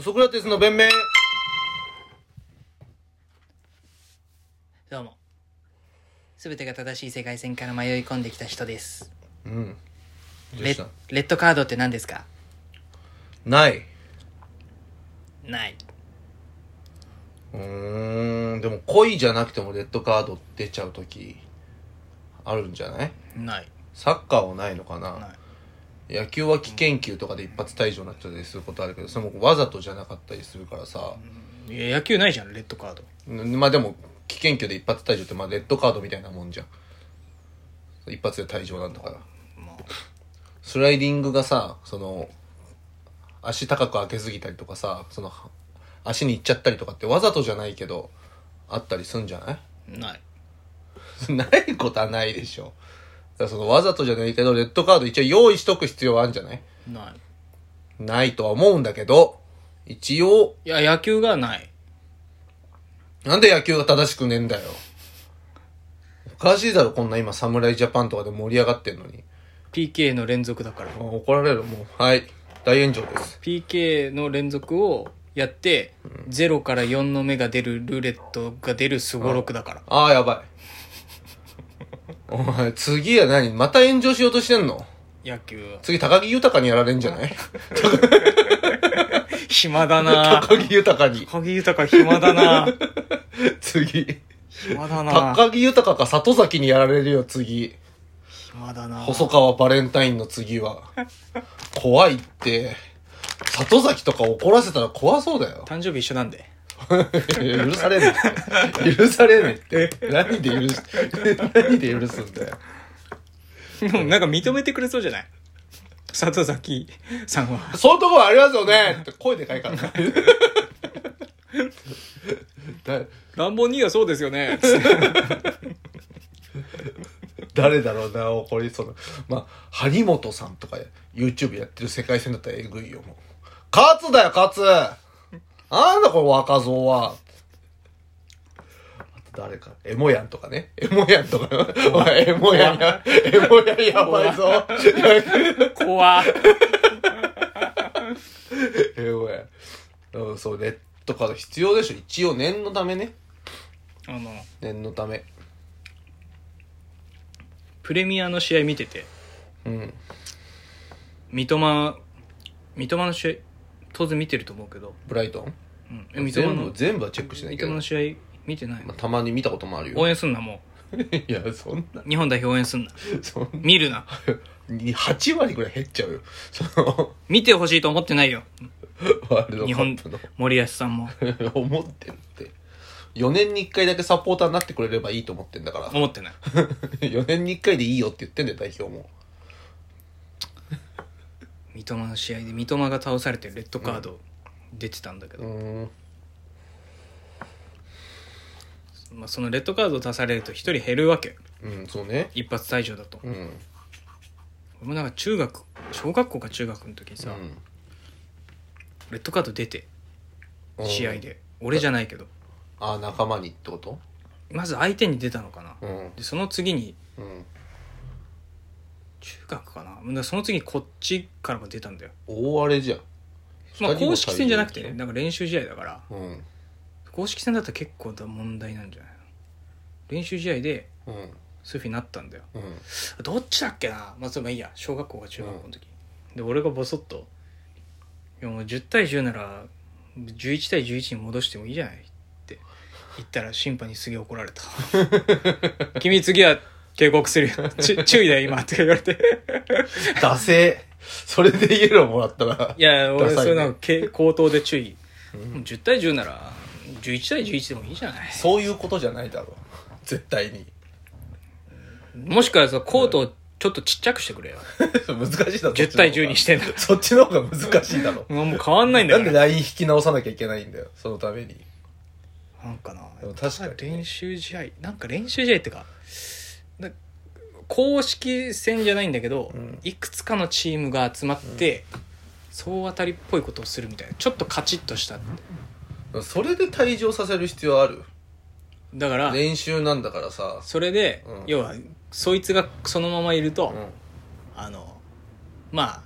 ソクラテスの弁明どうも。すべてが正しい世界線から迷い込んできた人です。うんレッレッドカードって何ですかないない。うーんでも恋じゃなくてもレッドカード出ちゃう時あるんじゃないない。サッカーはないのかなな野球は危険球とかで一発退場になっちゃったりすることあるけどそれもわざとじゃなかったりするからさ、い。いや、野球ないじゃん、レッドカード。うんまあでも危険球で一発退場ってまあレッドカードみたいなもんじゃん一発で退場なんだからまあ、スライディングがさその足高く開けすぎたりとかさその足に行っちゃったりとかってわざとじゃないけどあったりすんじゃない ない。ないことはないでしょだからそのわざとじゃないけどレッドカード一応用意しとく必要はあるんじゃないない。ないとは思うんだけど一応いや、野球がない。なんで野球が正しくねえんだよおかしいだろこんな今侍ジャパンとかで盛り上がってんのに PK の連続だからあ。怒られるもうはい大炎上です PK の連続をやって、0から4の目が出るルーレットが出るすごろくだから。ああ、やばい。お前、次は何また炎上しようとしてんの野球は。次、高木豊にやられんじゃない暇だ なぁ。高木豊に。鍵豊暇だなぁ。次。暇だなぁ。高木豊か里崎にやられるよ、次。暇だなぁ。細川バレンタインの次は。怖いって。里崎とか怒らせたら怖そうだよ。誕生日一緒なんで。許されねえって。許されねえって。何で許す、何で許すんだよ。でも なんか認めてくれそうじゃない里崎さんは。そういうところありますよねって声でかいからね。だ乱暴にはそうですよね。誰だろうな怒りそうなまあ張本さんとか YouTube やってる世界戦だったらえぐいよもう勝つだよ勝つなんだこれ若造はあと誰かエモヤンとかねエモヤンとかおいエモヤンやエモヤンやばいぞ 怖エモヤンうんそうレッドカード必要でしょ一応念のためねあの、念のためプレミアの試合見てて、うん三笘、三笘の試合、当然見てると思うけど、ブライトンうん、え三笘全部の、全部はチェックしない三け笘どの試合見てないまあたまに見たこともある応よ援すんな、も いやそんなう。日本代表応援すんな。そんな 見るな。に8割ぐらい減っちゃうよ。その、見てほしいと思ってないよ。ワールド日カッ本プの。、森保さんも。 思ってんって。4年に1回だけサポーターになってくれればいいと思ってんだから。思ってない。 4年に1回でいいよって言ってんだよ、代表も。三笘の試合で三笘が倒されてレッドカード出てたんだけうど、ーん。まあ、そのレッドカードを出されると一人減るわけ。うん、そうね。一発退場だと。うん。俺もなんか中学小学校か中学の時にさ、レッドカード出てうん試合。で俺じゃないけどああ、仲間にってことまず相手に出たのかな、うん。でその次にうん。中学かなだからその次にこっちからも出たんだよ、大荒れじゃん。まあ、二人も公式戦じゃなくて退場ねでなんか練習試合だからうん。公式戦だったら結構だ問題なんじゃない練習試合でうん。そういうふうになったんだようん。どっちだっけなまあそれもいいや小学校か中学校の時、で俺がボソッと「いやもう10対10なら11対11に戻してもいいじゃない」って言ったら審判にすげえ怒ら れた「君次は警告するよち注意だよ今」とか言われてダセーそれでイエローもらったら。 いやダ俺サそいうねいうのけ口頭で注意、もう10対10なら11対11でもいいじゃないそういうことじゃないだろう。絶対に。 もしくはさコートをちょっとちっちゃくしてくれよ難しいだろ。 10対10にしてんだそっちの方が難しいだろ。もう変わんないんだなかんでら LINE 引き直さなきゃいけないんだよ、そのために。なんかなでも確かにね練習試合なんか練習試合ってかな公式戦じゃないんだけど、うんいくつかのチームが集まって、総当たりっぽいことをするみたいなちょっとカチッとしたそれで退場させる必要あるだから練習なんだからさ。それで、うん要はそいつがそのままいると、うん。あのまあ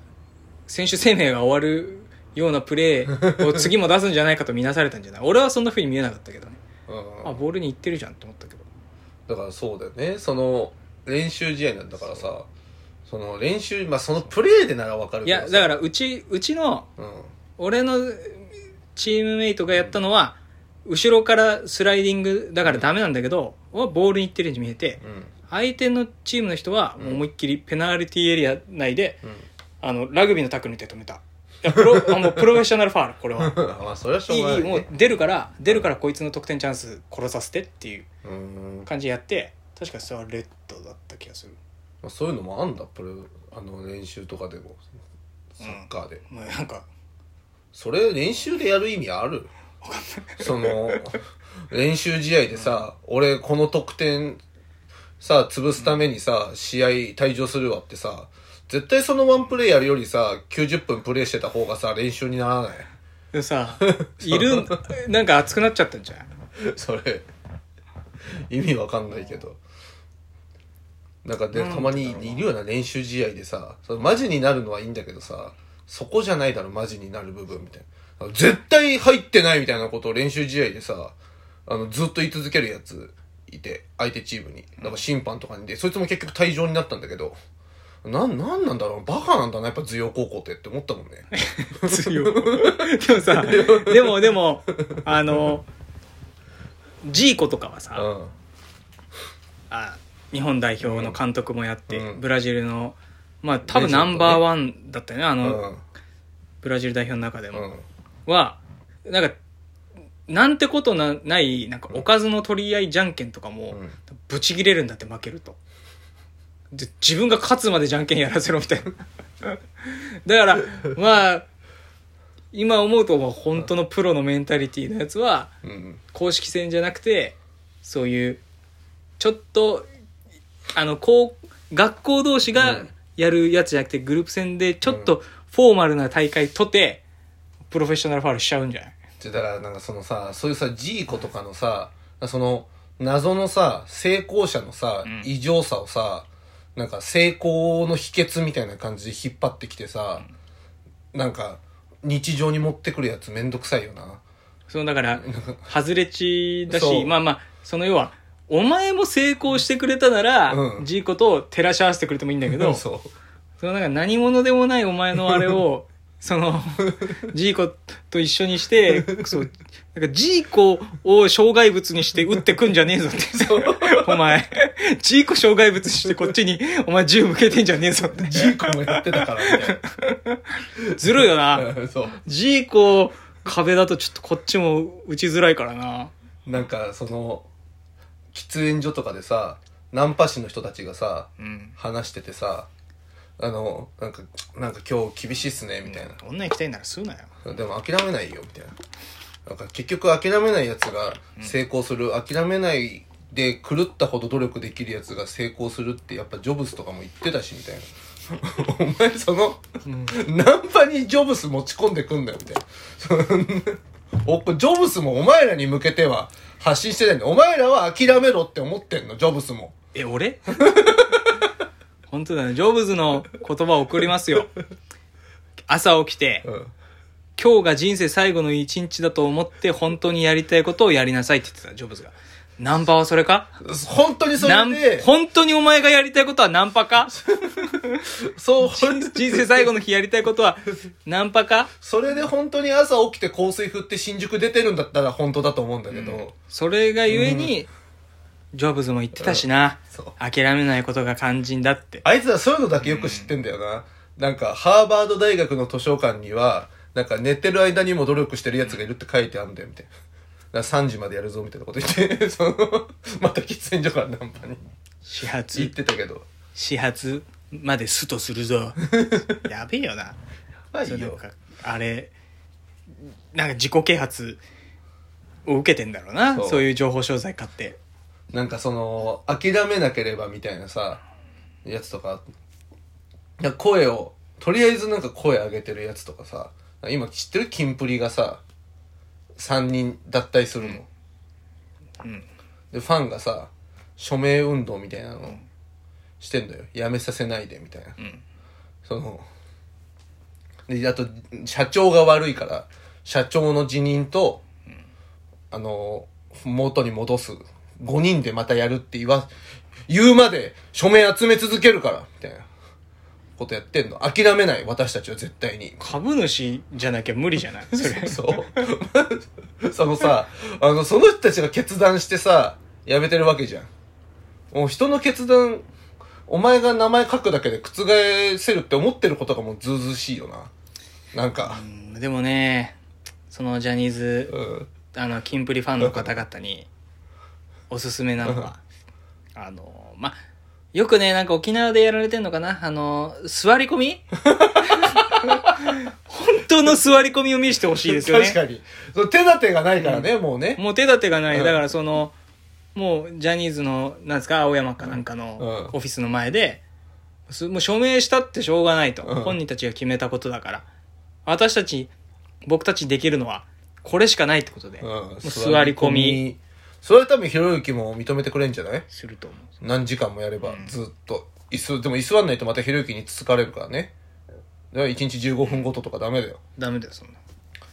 選手生命が終わるようなプレーを次も出すんじゃないかと見なされたんじゃない俺はそんな風に見えなかったけどねうんあボールにいってるじゃんと思ったけどだからそうだよねその練習試合なんだからさその練習まあそのプレーでならわかるいけどやさだからうちうちのうん俺のチームメイトがやったのは後ろからスライディングだからダメなんだけどはボールにいってるように見えてうん相手のチームの人はもう思いっきりペナルティーエリア内でうんあのラグビーのタックルに手止めたいやプロあもうプロフェッショナルファールこれは まあそれはしょいういがないいいもうね出るから出るからこいつの得点チャンス殺させてっていううんま感じでやって確かそれはレッドだった気がするあそういうのもあんだプレーあの練習とかでもサッカーでもうなん かそれ練習でやる意味あるその練習試合でさ、俺この得点さ潰すためにさ、試合退場するわってさ絶対そのワンプレーやるよりさ90分プレーしてた方がさ練習にならないでもさいるなんか熱くなっちゃったんじゃん それ意味わかんないけどなんかでなんだたろうまなにいるような練習試合でさそのマジになるのはいいんだけどさそこじゃないだろマジになる部分みたいな絶対入ってないみたいなことを練習試合でさあのずっと言い続けるやついて相手チームにだから審判とかにでそいつも結局退場になったんだけどなんなんなんだろうバカなんだなやっぱ頭陽高校ってって思ったもん ね強いでもさでもでもあのジーコとかはさ、うんあ日本代表の監督もやって、うんブラジルのまあ多分ナンバーワンだったよねあうの、んブラジル代表の中でも、うんはなんかなんてことなないなんかおかずの取り合いじゃんけんとかも、うんブチギレるんだって負けるとで自分が勝つまでじゃんけんやらせろみたいなだからまあ今思うともう本当のプロのメンタリティのやつはうん公式戦じゃなくてそういうちょっとあのこう学校同士うがんやるやつじゃなくてグループ戦でちょっとフォーマルな大会とてプロフェッショナルファウルしちゃうんじゃないでだからなんかそのさそういうさジーコとかのさその謎のさ成功者のさ、うん異常さをさなんか成功の秘訣みたいな感じで引っ張ってきてさ、なんか日常に持ってくるやつめんどくさいよなそのだから 外れ値だそしうまあまあその要はお前も成功してくれたなら、うんジーコと照らし合わせてくれてもいいんだ けどそそのなんか何者でもないお前のあれ をそのジーコと一緒にしてそうなんかジーコを障害物にして打ってくんじゃねえぞって お前ジーコ障害物にしてこっちにお前銃向けてんじゃねえぞってうジーコもやってたからみたいずるいよな なそうジーコ壁だとちょっとこっちも打ちづらいからな なんかその喫煙所とかでさナンパ師の人たちがさうん話しててさあのなんかなんか今日厳しいっすねみたいな、女行きたいなら吸うなよでも諦めないよみたいななんか結局諦めないやつが成功する、諦めないで狂ったほど努力できるやつが成功するってやっぱジョブズとかも言ってたしみたいな お前その、ナンパにジョブス持ち込んでくんだよみたいなそのおジョブスもお前らに向けては発信してないんだお前らは諦めろって思ってんのジョブスもえ俺 本当だねジョブズの言葉を送りま すよ朝起きてうん今日が人生最後の一日だと思って本当にやりたいことをやりなさいって言ってたジョブズがナンパはそれか本当にそナれンで本当にお前がやりたいことはナンパか そう人生最後の日やりたいことはナンパかそれで本当に朝起きて香水振って新宿出てるんだったら本当だと思うんだけど、それがゆえに、ジョブズも言ってたしなそう諦めないことが肝心だってあいつらそういうのだけよく知ってんだよな。なんか、ハーバード大学の図書館には、なんか寝てる間にも努力してる奴がいるって書いてあるんだよ、みたいな。だから3時までやるぞ、みたいなこと言って、 その、また喫煙所からナンパに始発行ってたけど。始発までストす るぞやべえよなまあいそいれなんよ。かあれなんか自己啓発を受けてんだろうなそそうういう情報商材買ってなんかその、諦めなければみたいなさ、やつとか、いや声を、とりあえずなんか声上げてるやつとかさ、今知ってるキンプリがさ、3人脱退するの。うんでファンがさ署名運動みたいなのしてんのよやめさせないでみたいな、んそのであと社長が悪いから社長の辞任と、あの元に戻す5人でまたやるって言わ言うまで署名集め続けるからみたいなことやってんの諦めない私たちは絶対に株主じゃなきゃ無理 じゃないそれそう。 そのさ、あの、その人たちが決断してさ、やめてるわけじゃん。もう人の決断、お前が名前書くだけで覆せるって思ってることがもうずうずうしいよな。なんか、うんでもねそのジャニーズうん。あのキンプリファンの方々におすすめなのはあのまあよくねなんか沖縄でやられてんのかなあの座り込み 本当の座り込みを見せてほしいですよね確かに。その手立てがないからね、もうね。もう手立てがない、うんだからそのもうジャニーズのなんですか青山かなんかのうんオフィスの前で、すもう署名したってしょうがないと、うん本人たちが決めたことだから私たち僕たちできるのはこれしかないってことで、うんもう座り込み。それは多分ひろゆきも認めてくれんじゃないすると思う何時間もやれば、うんずっと椅子でも居座んないとまたひろゆきにつつかれるからねだから1日15分ごととかダメだよダメだよそんな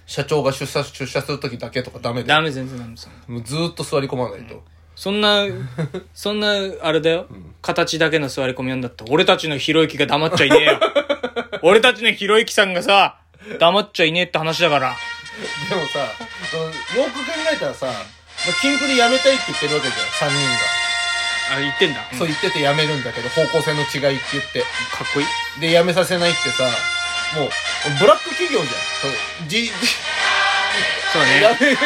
社長が出社出社する時だけとかダメだよダメ全然ダメそんなもうずーっと座り込まないと、そ んなそんなあれだよ、形だけの座り込みなんだったら俺たちのひろゆきが黙っちゃいねえ よ俺たちのひろゆきさんがさ黙っちゃいねえって話だからでもさそのよく考えたらさ、まあ、キンプリ辞めたいって言ってるわけじゃん3人が、あ言ってんだ、そう言ってて辞めるんだけど方向性の違いって言ってかっこいいで辞めさせないってさもうブラック企業じゃんそうじじそう辞めね辞めたいって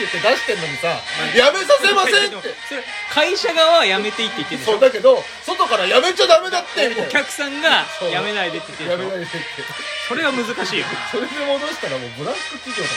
言って出してんのにさ辞めさせませんってそれ会社側はやめていいって言ってるでしそょうだけど外からやめちゃダメだってみたいなお客さんがそうやめないでって言っやてるめないでしょでってそれは難しいよそれで戻したらもうブラック企業だ